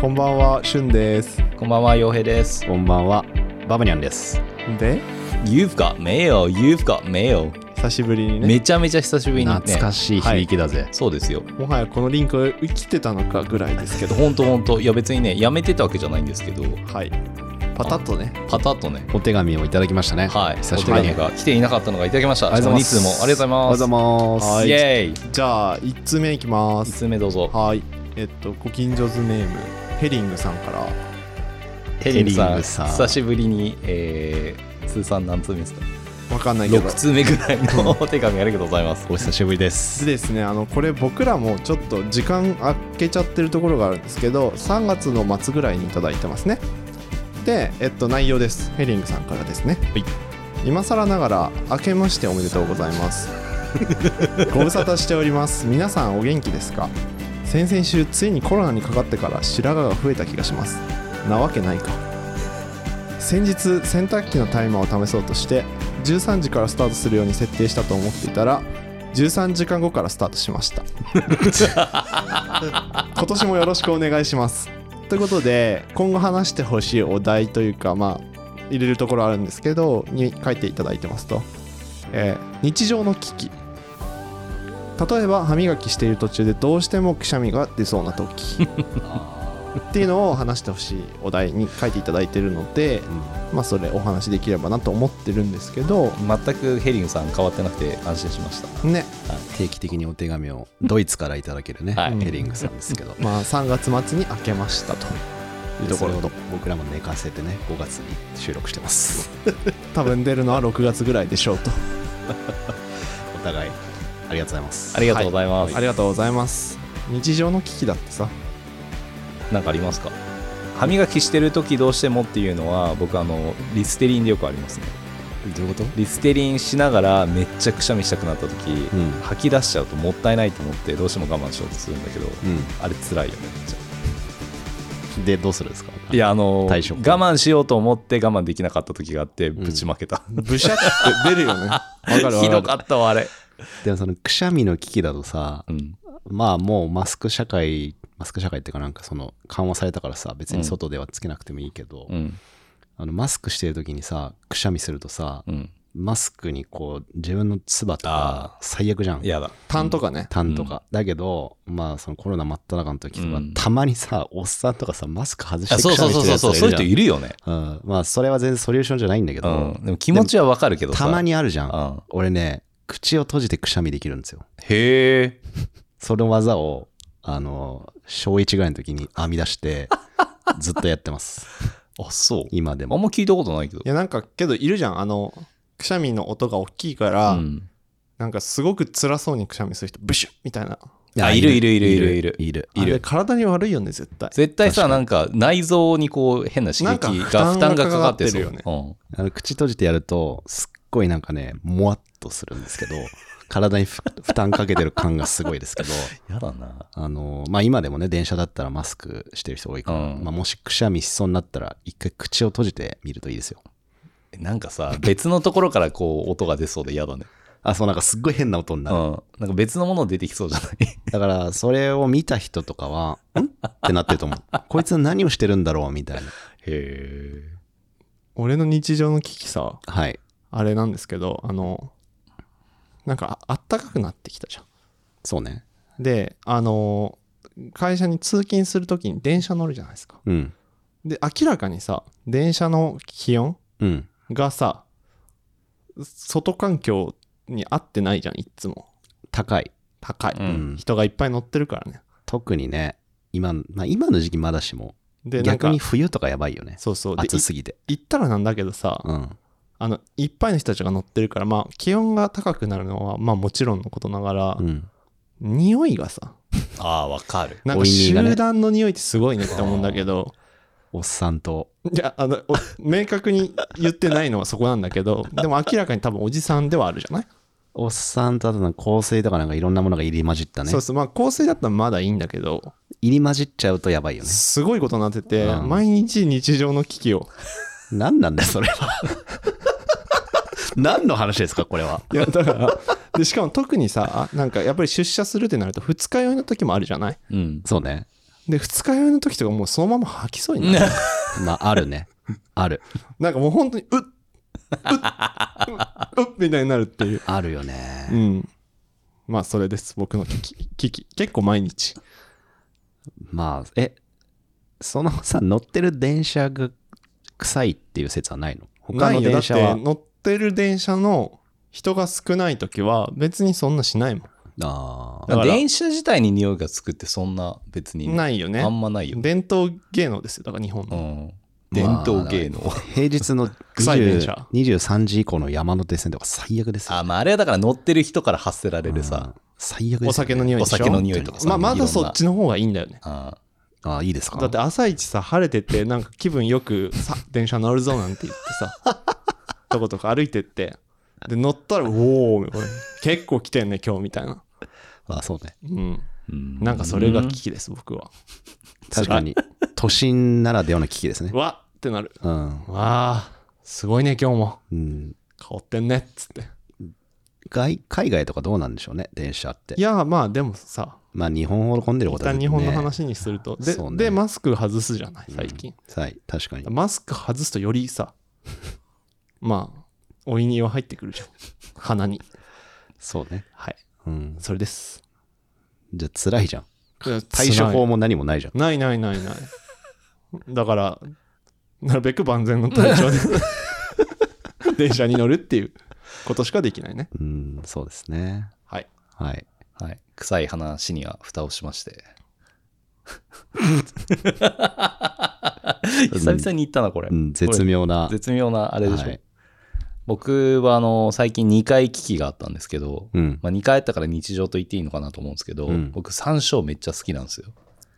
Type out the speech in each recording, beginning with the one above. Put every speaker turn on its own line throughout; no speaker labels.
こんばんは、しゅんです。
こんばんは、洋平です。
こんばんは、ババニャンです。
で、
You've got mail, you've got mail、
久しぶりにね、
めちゃめちゃ久しぶりに、ね。
懐かしい響きだぜ。
そうですよ。
もはやこのリンク生きてたのかぐらいですけど、
ほんとほんと。いや別にね、やめてたわけじゃないんですけど、
はい。パタッとね、
パタッとね、
お手紙をいただきましたね。
はい、
久
お
し
手
ぶりに
紙が来ていなかったのがいただきました。しかも2通もありがとうございます。
おはようございます。
ありがとうございます
イエーイ
じゃあ、1通目いきま
!2
す。
通目どうぞ。
はい。えっと、ご近所ズネーム、ヘリングさんから、
ヘリング
ヘリン
さん、
グさん
久しぶりに、えー、通算何通目ですか
わかんないけど
?6。通目ぐらいの お手紙ありがとうございます。
お久しぶりで。
ですですね、あのこれ僕らもちょっと時間空けちゃってるところがあるんですけど3月の末ぐらいにいただいてますねで、えっと、内容ですヘリングさんからですね、
はい
今更ながら明けましておめでとうございます ご無沙汰しております皆さんお元気ですか先々週ついにコロナにかかってから白髪が増えた気がしますなわけないか先日洗濯機のタイマーを試そうとして13時からスタートするように設定したと思っていたら13時間後からスタートしました今年もよろしくお願いしますということで今後話してほしいお題というかまあ入れるところあるんですけどに書いていただいてますと、えー日常の危機例えば歯磨きしている途中でどうしてもくしゃみが出そうな時っていうのを話してほしいお題に書いていただいてるので、まあそれお話しできればなと思ってるんですけど
全くヘリングさん変わってなくて安心しました。
ね
定期的にお手紙をドイツからいただけるね、
はい
ヘリングさんで すけど。
まあ3月末に明けましたというところ
そ
と
れを僕らも寝かせてね、5月に収録し てます。
多分出るのは6月ぐらいでしょうと
お互い、ありがとうございます。
ありがとうございます。
ありがとうございます日常の危機だってさ
なんかありますか歯磨きしてる時どうしてもっていうのは僕あのリステリンでよくありますね
どういうこと
リステリンしながらめっちゃくしゃみしたくなった時、
うん
吐き出しちゃうともったいないと思ってどうしても我慢しようとするんだけど、あれ辛いよねめっちゃ
うん。で、どうするんですか
いやあの我
対処法
慢しようと思って我慢できなかった時があってぶちまけた、
ブシャって出るよね わかるわかる
ひどかったわあれ、
でもそのくしゃみの危機だとさ、
うん、
まあもうマスク社会、マスク社会っていうかなんかその緩和されたからさ、別に外ではつけなくてもいいけど、
うん
あのマスクしてる時にさくしゃみするとさ、
うん
マスクにこう自分の唾とか最悪じゃん
嫌だ
痰とかね
痰とか、だけどまあそのコロナ真っ只中の時とか、
うん
たまにさおっさんとかさマスク外して
あ
くし
そう
ゃ
そう
み
そ
し
う
てる
そう
やつ
そう
がい
そう
る
いう人
じゃん
いるよね、
うん、まあそれは全然ソリューションじゃないんだけ
う
ど、
ん、でも気持ちはわかるけどさ
たまにあるじゃん、
うん
俺ね口を閉じてくしゃみできるんですよ
へえ
その技をあの小1ぐらいの時に編み出して ずっとやってます
あそう
今で
あん
も
ま聞いたことないけど
いやなんかけどいるじゃんあのくしゃみの音が大きいから、
うん
なんかすごく辛そうにくしゃみする人ブシュッみたいな
あいるいるいるいるいる
いる
あれ体に悪いよね絶対
絶対さなんか内臓にこう変な刺
なん
激
か
が
負担
負担がかかってそう
がかかって
うん
あの口閉じてやるとすっごいなんかねもわっとするんですけど体にふ 負担かけてる感がすごいですけど
やだな
あの、まあ、今でもね電車だったらマスクしてる人多いから、
うん
まあ、もしくしゃみしそうになったら一回口を閉じてみるといいですよ
なんかさ別のところからこう音が出そうで嫌だね
あそうなんかすっごい変な音に
う
なる、
んなんか別のもの出てきそうじゃない
だからそれを見た人とかは 「ん?」ってなってると思うこいつ何をしてるんだろうみたいな
へ
俺の日常の危機さ
はい
あれなんですけどあのなんかああったかくなってきたじゃん
そうね
であの会社に通勤するときに電車乗るじゃないですか
うん
で明らかにさ電車の気温
うん
がさ外環境に合ってないじゃんいっつも
高い、
高い、
う
うんん
人がいっぱい乗ってるからね
特にね今,、まあ、今の時期まだしも
でなんか
逆に冬とかやばいよね
そうそうで
暑すぎて
い行ったらなんだけどさ、
うん
あのいっぱいの人たちが乗ってるからまあ気温が高くなるのはまあもちろんのことながら、
うん
匂いがさ
あーわかる
なんか
おいに
集
がね
団の匂いってすごいねって思うんだけど
おっさんと
いやあのお明確に言ってないのはそこなんだけ どでも明らかに多分おじさんではあるじゃない、
おっさんとあとなんか香水とかなんかいろんなものが入り混じったね
そうそうまあ香水だったらまだいいんだけど
入り混じっちゃうとやばいよね
すごいことになってて、
うん
毎日日常の危機を
何なんだよそれは何の話ですかこれはい
やだからでしかも特にさなんかやっぱり出社するってなると二日酔いの時もあるじゃない
うん
そうね
で二日酔いの時とかもうそのまま吐きそうになる
まあ、あるね。ある。
なんかもう本当にうっうっうっうっみたいになるっていう
あるよ
う
ね。
んまあそれです僕の危機危機結構毎日
まあ、え、そのさ、乗ってる電車が臭いっていう説はないの他
ない
の
よだ
電
って
車は。
乗ってる電車の人が少ない時は別にそんなしないも
あ
だ
あ。
から
電車自体に匂いがつくってそんな別に
んないよね
あんまないよ、
伝統芸能ですよだから日本
う
の、
ん、伝統芸能、
平日の
臭い電車
20 23時以降の山手線とか最悪ですよ。
あまああれはだから乗ってる人から発せられるさ、
うん最悪ですよね
お酒の匂いでしょ
お酒の匂いとかさ
まあま
いろ
だ
んな
そっちの方がいいんだよね
あ
ああ、いいですか
だって朝一さ晴れててなんか気分よくさ電車乗るぞなんて言ってさ とことか歩いてってで乗ったら「おお結構来てんね今日」みたいな、
ああ、そうね。
うん、
うん
なんかそれが危機です僕は
確かに。都心ならではの危機ですね。
わっってなる
うん。
わあすごいね今日も
うん、
香ってんねっつって
外海外とかどうなんでしょうね、電車って
い。やまあでもさ
まあ、日本ほど混んでるこ
一
とは
旦
ね
日本の話にすると、で,、
そうね
でマスク外すじゃない最近、
はい、確かに。
マスク外すとよりさ まあおいには入ってくるじゃん鼻に
そうね。
はい
うん。
それです
じゃあ、辛いじゃん。対処法も何もないじゃん。
ないないないないだからなるべく万全の対 処で電車に乗るっていうことしかできないね
うん、そうですね。
はい
はい。
はい、臭い話には蓋をしまして 久々に言ったなこれ、
うん、絶妙な。
絶妙なあれでしょ、
はい
僕はあの最近2回危機があったんですけど、
うん。
まあ、2回あったから日常と言っていいのかなと思うんですけど、
うん
僕山椒めっちゃ好きなんですよ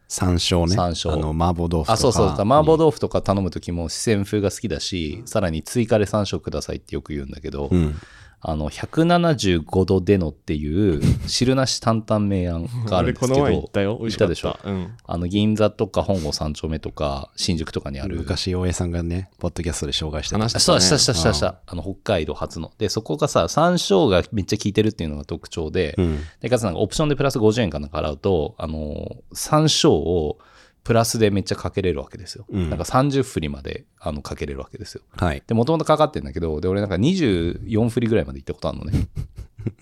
山椒ね。
山椒
あの、麻婆豆腐とか。
あそうそう麻婆
腐。
豆腐とか頼む時も四川風が好きだし、さらに追加で山椒くださいってよく言うんだけど、
うん。
あの175度でのっていう汁なし担々麺屋があるんですけ
俺この前行
ど
ったよ美味しかった
行ったでしょ
うん、
あの銀座とか本郷三丁目とか新宿とかにある
昔、大江さんがね、ポッドキャストで紹介してた
話。
そう、したしたたしたした。あの、北海道初の。で、そこがさ、山椒がめっちゃ効いてるっていうのが特徴で、
うん。
で、かつなんかオプションでプラス50円かなんか払うと、あのー、山椒をプラスでめっちゃかけれるわけですよ。
うん
なんか30振りまで、あの、かけれるわけですよ。
はい。
で、もともとかかってんだけど、で、俺なんか24振りぐらいまで行ったことあるの ね。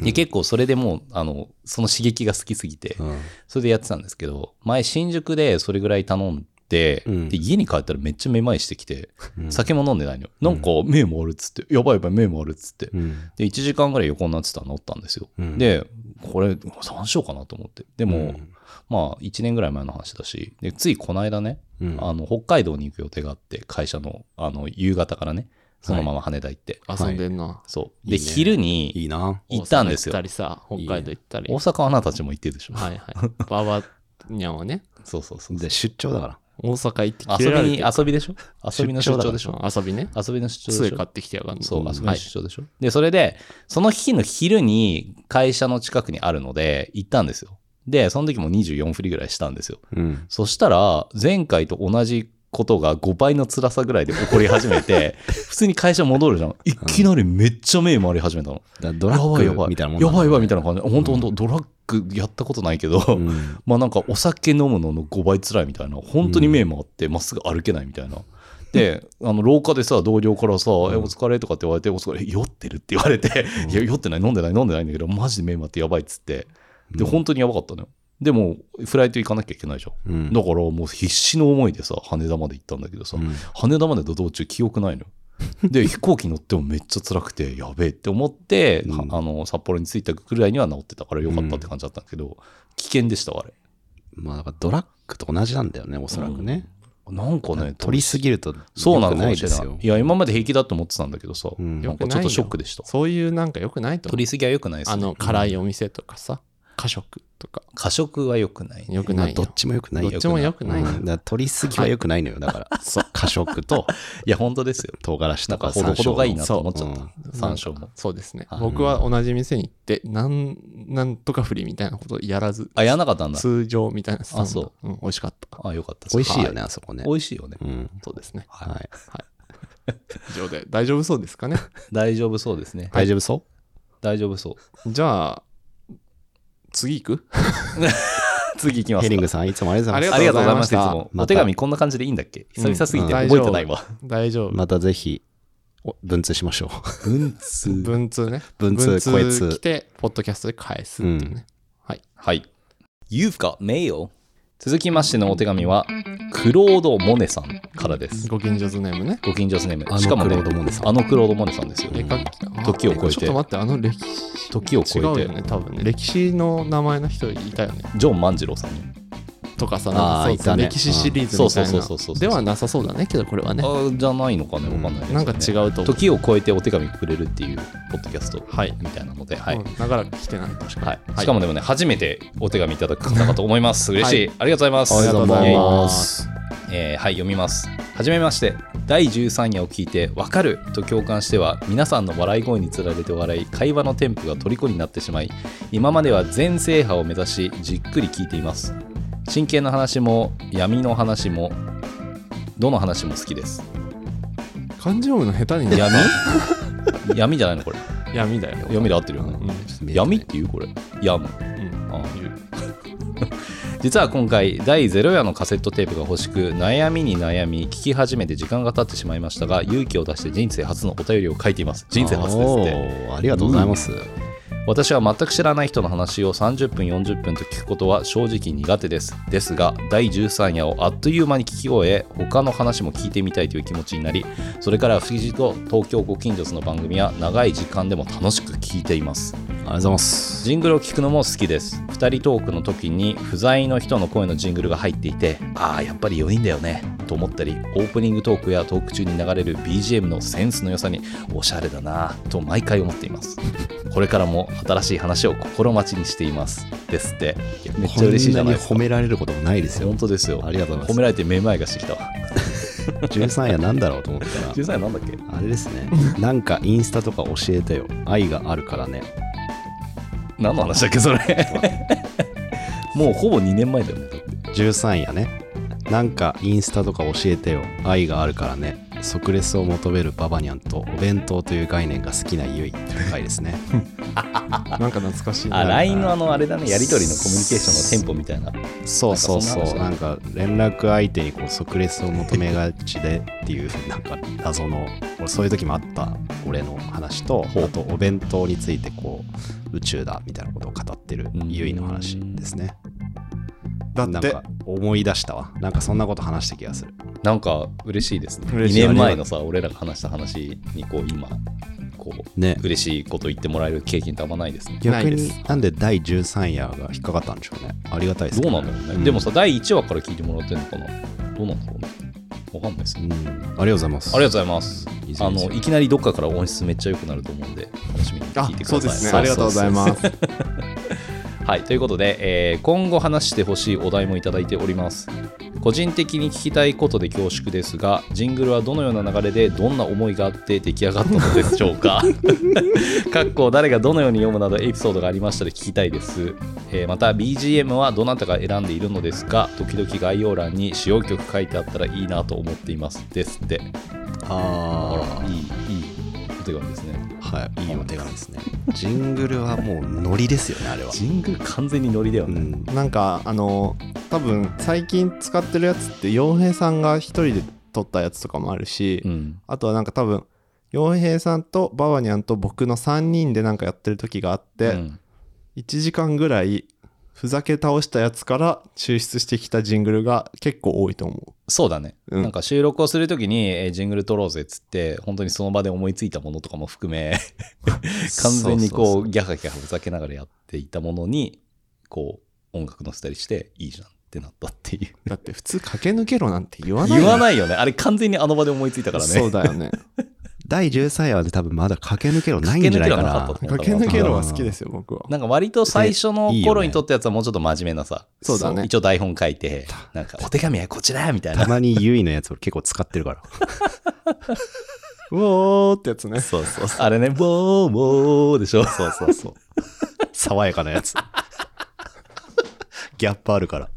で、結構それでもう、あの、その刺激が好きすぎて
う、ん。
それでやってたんですけど、前新宿でそれぐらい頼んで、
うん
で家に帰ったらめっちゃめまいしてきて、
うん
酒も飲んでないのよ。なんか目もあるっつって、やばいやばい目もあるっつって。
うん。
で、1時間ぐらい横になってたら治ったんですよ。
うん
で、これ、山椒かなと思って。でも、
うん
まあ、1年ぐらい前の話だし、でついこの間ね、
うん
あの北海道に行く予定があって、会社のあの夕方からね、そのまま羽田行って。
遊んでんな、
そう。で、
いいね
昼に
いいな。
行ったんです
大阪行った
よ。
りさ北海道行ったり
大阪はあなたたちも行ってるでしょ。
はいはいババニャンはね
そうそうそう。
で、出張だから。
大阪行ってキ
遊
レられ
び
て
に、遊びでしょ遊びの出張でしょ
ょ遊びね
遊びの出張で
杖
しょ
買ってきてやがんの
そう、
ん
あそこ
は
に
い
出張でしょ、で、それで、その日の昼に会社の近くにあるので、行ったんですよ。で、その時も24振りぐらいしたんですよ。
うん。
そしたら、前回と同じことが5倍の辛さぐらいで起こり始め て、普通に会社戻るじゃん。いきなりめっちゃ目回り始めたの。
だドラ
や
ッ
ば
グ
い
みたい
やば
なもん
い。やばいやばいみたい
な。
な感じ。本当本当ドラッグやったことないけど、
うん。
まあなんかお酒飲むのの5倍辛いみたいな本当に目回ってまっすぐ歩けないみたいな。であの廊下でさ同僚からさ「えお疲れ」とかって言われて「お疲れえ酔ってる」って言われて「 いや酔ってない飲んでない飲んでないんだけどマジで目回ってやばい」っつってで
うん
本当にやばかったのよでもフライト行かなきゃいけないじゃん
うん
だからもう必死の思いでさ羽田まで行ったんだけどさ、
うん
羽田までの道中記憶ない のよで飛行機乗ってもめっちゃ辛くてやべえって思って、
うん
はあの札幌に着いたぐらいには治ってたからよかったって感じだったんだけど、危険でしたわあれ
まあ、だからドラッグと同じなんだよね、おそらくね。
なんかね
取りすぎると、
そうな
良
の
く
か
な
も
い
し
で
れ
す
な
よ
い。い。や今まで平気だと思ってたんだけどさ、
うん
なんかちょっとショックでした
そういうなんか良くないと思
取りすぎは良くないで
う
す
あ
ね
の辛いお店とかさ過食とか
過食は良くない、ね、
良く
ま
な
あ
い
ど
よ
っちも良くない
ど
よ。
っちも良くないよ
うんだから取りすぎは良くないのよ。だから、そう過食と
いや本当ですよ
唐辛子
なん
と
か
か
ほどほどがいいなと思っちゃっ
そう
た山椒も
そうですね
あ
僕は同じ店に行ってなんなんとか振りみたいなことやらず
あやらなかったんだ
通常みたいなスタンド
あそ
うん美味しかった
あ良かった
美味しいよね、
は
あそこね。
美味しいよね
うん。
そうですね
はい。
以上で大丈夫そうですかね
大丈夫そうですね
大丈夫そ
大丈夫そう
じゃあ次行く
次行きます
ヘ
か
リングさん、いつもありがとうござい
あ
ま
り
り
が
がとう
とう
ご
ござ
ざ
い
い
ま
ま
し。
したた
いつも。
また
お手紙こんな感じでいいんだっけ久々すぎて
うん
覚えてないわ。
大丈
す。
夫
またぜひ、お文通しましょう。
文通
文通ね
文通、声
来
通。
てポッドキャストで返すっていうね、
はい。You've got mail. 続きましてのお手紙は、クロード・モネさんからです。
ご近所ズネームね
ご近所スネー
あ
ム。
の
しかもね
クロードモネさん
あのクロード・モネさんですよ
絵
ね。
描きか
時を超えて
ちょっと待ってあの歴史
時を超え
違うよ
て、
ね多分ね歴史の名前の人いたよね
ジョン万次郎さんね。
とかさ
あー
なんかそう
いたね
歴史シリーズみたいな
うんそうそうそうそうそう
ではなさそうだねけどこれはね
あじゃないのかね、わかんないですね
なんか違うと思う
時を超えてお手紙くれるっていうポッドキャスト
はい
みたいなので、はい。
うん長らく来てない確かに、
はい、しかもでもね、初めてお手紙いただく方かと思います。嬉しい,、
は
ありがとうございます。
ありがとうございます
えーはい読みますはじめまして第13夜を聞いて「わかる!」と共感しては皆さんの笑い声につられて笑い会話のテンポが虜になってしまい今までは全制覇を目指しじっくり聞いています真剣な話も闇の話もどの話も好きです
漢字読むの下手に
闇闇じゃないのこれ
闇だよ、
闇で合ってるよ
う
ね
ん
闇っていうこれ闇
うん
あ
言う
実は今回第0夜のカセットテープが欲しく悩みに悩み聞き始めて時間が経ってしまいましたが勇気を出して人生初のお便りを書いています人生初ですって
おーありがとうございます。
私は全く知らない人の話を30分40分と聞くことは正直苦手ですですが第13夜をあっという間に聞き終え他の話も聞いてみたいという気持ちになりそれから不思議と東京ご近所の番組は長い時間でも楽しく聞いています
ありがとうございます。
ジングルを聞くのも好きです2人トークの時に不在の人の声のジングルが入っていてああやっぱり4人だよねと思ったりオープニングトークやトーク中に流れる BGM のセンスの良さにおしゃれだなぁと毎回思っていますこれからも新しい話を心待ちにしていますですっていやめっちゃ嬉しいじゃないですか
こんなに褒められることもないですよ
本。当ですよ
ありがとうございます
褒められてめまいがしてきたわ
13夜なんだろうと思ったら、
13なんだっけ
あれですね。なんかインスタとか教えてよ。愛があるからね。
何の話だっけ それもうほぼ2年前だよねだって
13夜ね。なんかインスタとか教えてよ。愛があるからね。即レスを求めるババニャンとお弁当という概念が好きなゆいという回ですね。
なんか懐かしい
あ
な
LINE のあのあれだねやり取りのコミュニケーションのテンポみたいな
そうそうそ
なんかそん
う。
な
なんか連絡相手にこう即レスを求めがちでって いう、なんか謎の、俺そういう時もあった俺の話と、あとお弁当についてこう、宇宙だみたいなことを語ってる
うん
ゆいの話ですね。
だ
な
っ
ん
て
か思い出したわ。なんかそんなこと話した気がする。
なんか嬉しいですね。2
嬉しい
年前のさ、俺らが話した話にこう今、こう、
ね。
嬉しいこと言ってもらえる経験たまないですね。
ない
逆
で
に
す
なんで第13夜が引っかかったんでしょうね。ありがたいです
ど
け
うなんだろうね。
ん
でもさ、第1話から聞いてもらってんのかなどうなんだろうね。わかんないです
う
ね。
ん。ありがとうございます。
ありがとうございます。
いいですね
あの、いきなりどっかから音質めっちゃ良くなると思うんで、楽しみに
あ
聞いてくださ
そ
い。
うですねありがとうございます
はい、ということで、えー今後話してほしいお題もいただいております。個人的に聞きたいことで恐縮ですが、ジングルはどのような流れでどんな思いがあって出来上がったのでしょうか。 かっこ誰がどのように読むなどエピソードがありましたら聞きたいです。えーまた BGM はどなたが選んでいるのですが、時々概要欄に使用曲書いてあったらいいなと思っています。ですって。あ
あ
ら、いい、いいお手紙ですね。
あ。はい。いいお手紙ですね。ジングルはもうノリですよね、あれは。
ジングル完全にノリだよ
う
ね。
ん。
なんかあの多分最近使ってるやつって洋平さんが一人で撮ったやつとかもあるし、
うん。
あとはなんか多分洋平さんとババニャンと僕の3人でなんかやってる時があって、
うん
1時間ぐらいふざけ倒したやつから抽出してきたジングルが結構多いと思
そうだね、
うん
なんか収録をするときに、えージングル撮ろうぜっつって本当にその場で思いついたものとかも 含め完全にこう
そうそうそう
ギャハギャハふざけながらやっていたものにこう音楽乗せたりしていいじゃんってなったっていう
うだって普通駆け抜けろなんて言わない
言わ
い
ないよねあれ完全にあの場で思いついたからね
そうだよ ね
第13夜はね多分まだ駆け抜けろないんじゃないかな
駆け
駆
抜けろなかった
け抜けろは好きですよ僕は
なんか割と最初の
いいよね
頃に撮ったやつはもうちょっと真面目なさ
そうだね
一応台本書いてなんかお手紙はこちらみたい
た
な
まにゆいのやつ俺結構使ってる から
うおーってやつね
そうそうそうあれね「ボーボー」でしょそうそうそう
爽やかなやつギャップあるから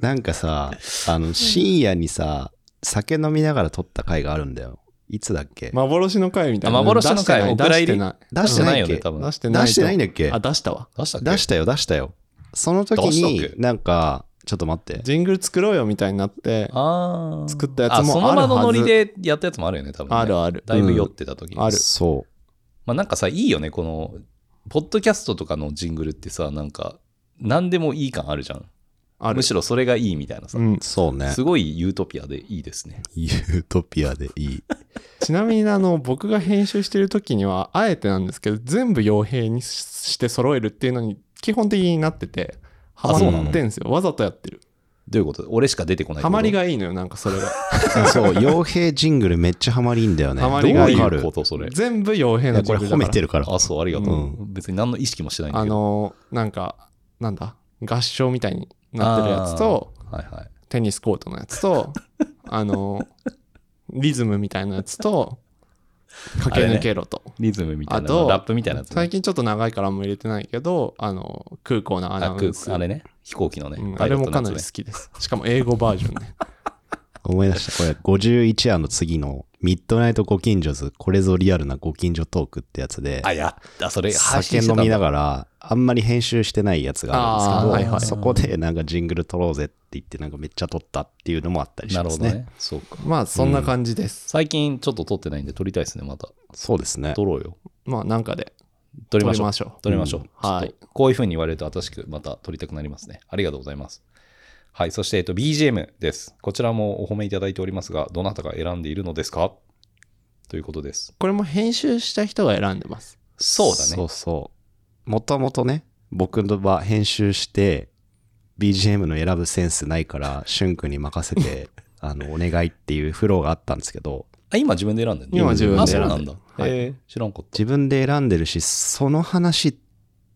なんかさあの深夜にさ酒飲みながら撮った回があるんだよいつだっけ、
幻の回みたいな
あ幻の回
出してない
お蔵入り
出してない
出してないっ
出してないよね
け
多分
出してない
出してないんだっけ
あ出したわ
出したっけ
出したよ出したよその時
どうした
に
っけ
なんかちょっと待って
ジングル作ろうよみたいになって
ああ。
作ったやつも
そ
あ
の
る
場のノ
はず
リでやったやつもあるよね、多分、ね。
あるある
だいぶ酔ってた時に。
うんある
そ
まあなんかさ、いいよね、この、ポッドキャストとかのジングルってさ、なんか、何でもいい感あるじゃん。
ある
むしろそれがいいみたいなさ
う。ん
うそうね
すごいユートピアでいいですね。
ユートピアでいい
ちなみにあの僕が編集してる時にはあえてなんですけど全部傭兵にしして揃えるっていうのに基本的になっててハマ
あそうなの
ってんすよわざとやってる
どういうこと俺しか出てこない。
ハマり。がいいのよなんかそれが
そう傭兵ジングルめっちゃハマりいいんだよね
ハマ
どう
りがいい
どうわか
い
る
うことそれ。
全部傭兵
いや
の
これ
軸だか
褒
ら
めてるから
あ、そう、ありがとう。
う
別に何の意識もしてないんだ
あ
けど。
のなんかなんだ合唱みたいになってるやつと
はいはい。
テニスコートのやつとあのリズムみたいなやつと駆け抜けろと、
リズムみたいな
あと
の、ラップみたいなやつね。
最近ちょっと長いからあんま入れてないけどあの空港のアナ
あ
ウ
く
ンス
あれね、飛行機のね、
うん
パ
あ
イロ
れ
ッ
も
ト
か
の
なり好
やつ
き
ね。
です。しかも英語バージョンね。
思い出したこれ51話の次の「ミッドナイトご近所図これぞリアルなご近所トーク」ってやつで
あ、やった、それ、配
酒
信して
飲
たん
み
だ
ながらあんまり編集してないやつがあるんですけ
あーはい
ど、
はい
そこでなんかジングル撮ろうぜって言ってなんかめっちゃ撮ったっていうのもあったりし
な
ま
るほ
す
ど
ね
ね。そうか。
まあそんな感じです。
最近ちょっと撮ってないんで撮りたいですね、また。
そうですね
撮ろうよ。
まあなんかで
撮り
撮
ま
り
しょ
ま
う。
しょ
撮りましょう。
うん
ちょっとこういう風に言われると、新しくまた撮りたくなりますね。ありがとうございます。はい。そして、えっと、BGM です。こちらもお褒めいただいておりますが、どなたが選んでいるのですかということです。
う。これも編集した人が選んでます。
そうだ
そ
ね
う。そうもともとね僕の場編集して BGM の選ぶセンスないからしゅんくんに任せ てあのお願いっていうフローがあったんですけど
あ、今自分で選んでる
今自分で選
あ、
んでる
そうなんだ。
はい
えー知らんかった。
自分で選んでるしその話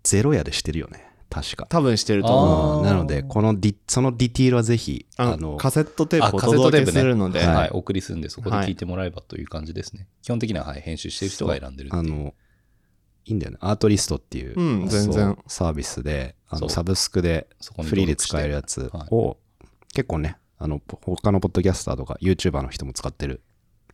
ゼロやでしてるよね確か
多分してると思う。
あー
うんなのでこのディそのディティールはぜひ
あの
あの
カセットテープを
あ
お
カセットテ
届
ープね
けするので、
はい、
は
お送りするんで、そこで聞いてもらえばという感じですね。基本的には、はい、編集してる人が選んでるってい
あ
う。
の、いいんだよね。アートリストっていう、
うん全然
そうサービスで、あ
そう
のサブスクで
そこに
フリーで使えるやつ
登録して
を、結構ね、あの、他のポッドキャスターとか YouTuber の人も使ってる。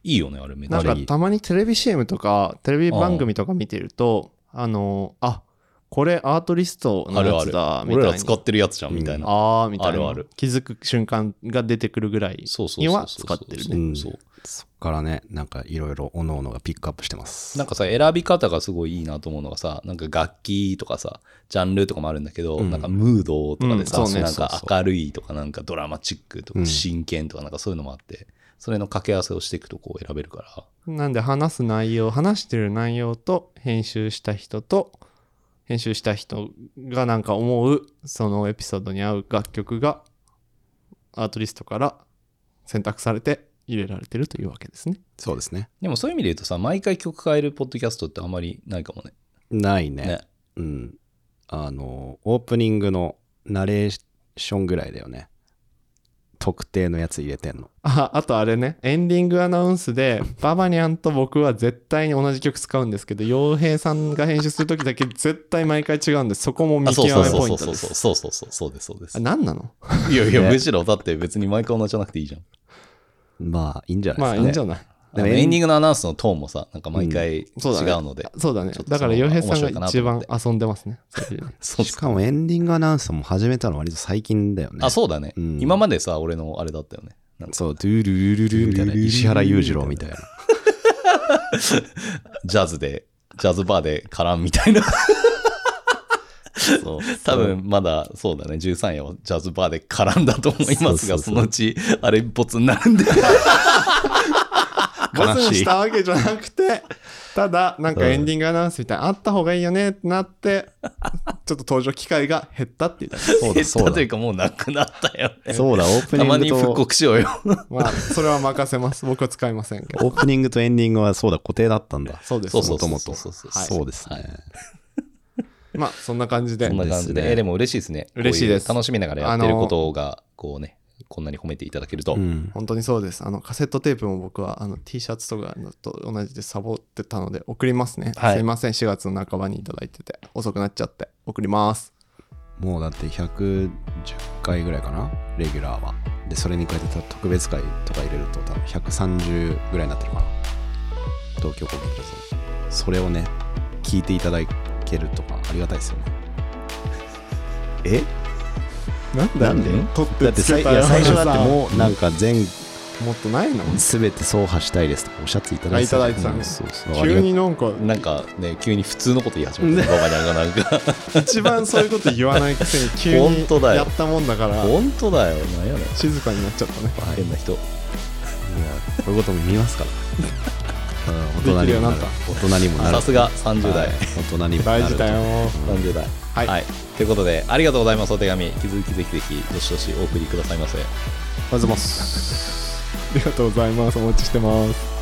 いいよね、あれ、めっち
な
ゃ
んか
いい。
たまにテレビ CM とかテレビ番組とか見てるとあのあこれアートリストの
ある
や
あ
つ
る
だ。みたい
俺
な
ら使ってるやつじゃん、みたいな。
ああみたいな
あるある
気づく瞬間が出てくるぐらい
そうそうそうそう。
には使ってるね。
ね
そうそう
そっからね、なんかいろいろ各々がピックアップしてます。
なんかさ、選び方がすごいいいなと思うのがさ、なんか楽器とかさ、ジャンルとかもあるんだけど、
うん
なんかムードとかでさ、
うんそうね
なん
そう
か
そう
明るいとか、なんかドラマチックと
う
か、
ん
真剣とか、なんかそういうのもあって、それの掛け合わせをしていくとこう選べるから。
なんで話す内容話してる内容と編集した人と編集した人がなんか思うそのエピソードに合う楽曲がアートリストから選択されて入れられてるというわけですね。
そうですね。
でもそういう意味で言うとさ、毎回曲変えるポッドキャストってあんまりないかもね。
ないね。
ね。
うん。あの、オープニングのナレーションぐらいだよね。特定のやつ入れてんの。
ああとあれねエンディングアナウンスでババニャンと僕は絶対に同じ曲使うんですけど洋平さんが編集する時だけ絶対毎回違うんでそこも見
あ、そ
極
うそう
め
そ
ポイン
う
ト
そう
で
そ
す。
うそうそうそうそうですそうです
あ。何なの
いやいや、
ね
むしろだって別に毎回同じじゃなくていいじゃん。
まあ、いいんじゃないです
ま
か、
あ
ね。
いいんじゃない
あのエンディングのアナウンスのトーンもさ、なんか毎回違う
そうだね
ので。
そうだね
ちょっと
だから
その
洋
方が
平さんが一
面白
番
いか
遊んでますね。そう いうね
そう
しかもエンディングアナウンスも始めたの割と最近だよね。
あ、そうだね、
うん
今までさ、俺のあれだったよね。なんか
そう、ドゥルルルルルみたいな、石原裕次郎みたいな。
ジャズで、ジャズバーで絡むみたいな。
そう
多分まだそうだね、13夜はジャズバーで絡んだと思いますが、
そうそうそ
そうのうち、あれ一発になるんで。
ボツ
悲
に
し
し
い。
たわけじゃなくて、ただ、なんかエンディングアナウンスみたいな、あった方がいいよねってなって、ちょっと登場機会が減ったっていうだけ。
そう
減
だ、
っ
そう
たという。
だ
かもうなくなったよね。
そうだ、オープ
た
ニ
ま
ング
に復
と、
刻しようよ。
まあ、それは任せます。僕は使いませんけど。
オープニングとエンディングはそうだ、固定だったんだ。
そうです。
そうそう
もとも
そ
と。
うそうそう
はい
そうです
は
ね
い。
まあ、そんな感じで
そん。な感じ
です
で。
ね
えでも嬉しいですね。
嬉しいです
こうう楽しみながらやってることが、こうね、こんなに褒めていただけると。
うん。
本当にそうです。あの、カセットテープも僕は、あの、T シャツとかのと同じでサボってたので、送りますね。
はい
すいません、4月の半ばにいただいてて、遅くなっちゃって、送ります。
もうだって110回ぐらいかな、レギュラーは。で、それに加えてた特別会とか入れると、多分130ぐらいになってるかな。東京国劇場さん。それをね、聞いていただけるとか、ありがたいですよね。え
なん
なんで
取って
だって
つけ
最い
たよ
や最初だって
も
もうなんか全
っとないの
全て走破したいですとかおっしゃっていただいて
あいただいてたね
うんそうそうあ
急
りが
になんか
なんかね、急に普通のこと言い始めて、ババニャンがなん か、
一番そういうこと言わないくせに急
本当
に
だよ
やったもんだから
本当だ よ、なんやねん。
静かになっちゃったね
変な人。
いやこういうことも見 ますからうん大
で
人
きる
に
よう
も
にな
な
っ
る
た
大人にもなる
さすが30
は
代
い。大人にもな
大
る
事だよ
30代。
はい
はい。ということで、ありがとうございます、お手紙。引き続きぜひぜひ、どしどしお送りくださいませ。
おはようございますありがとうございますお待ちしてます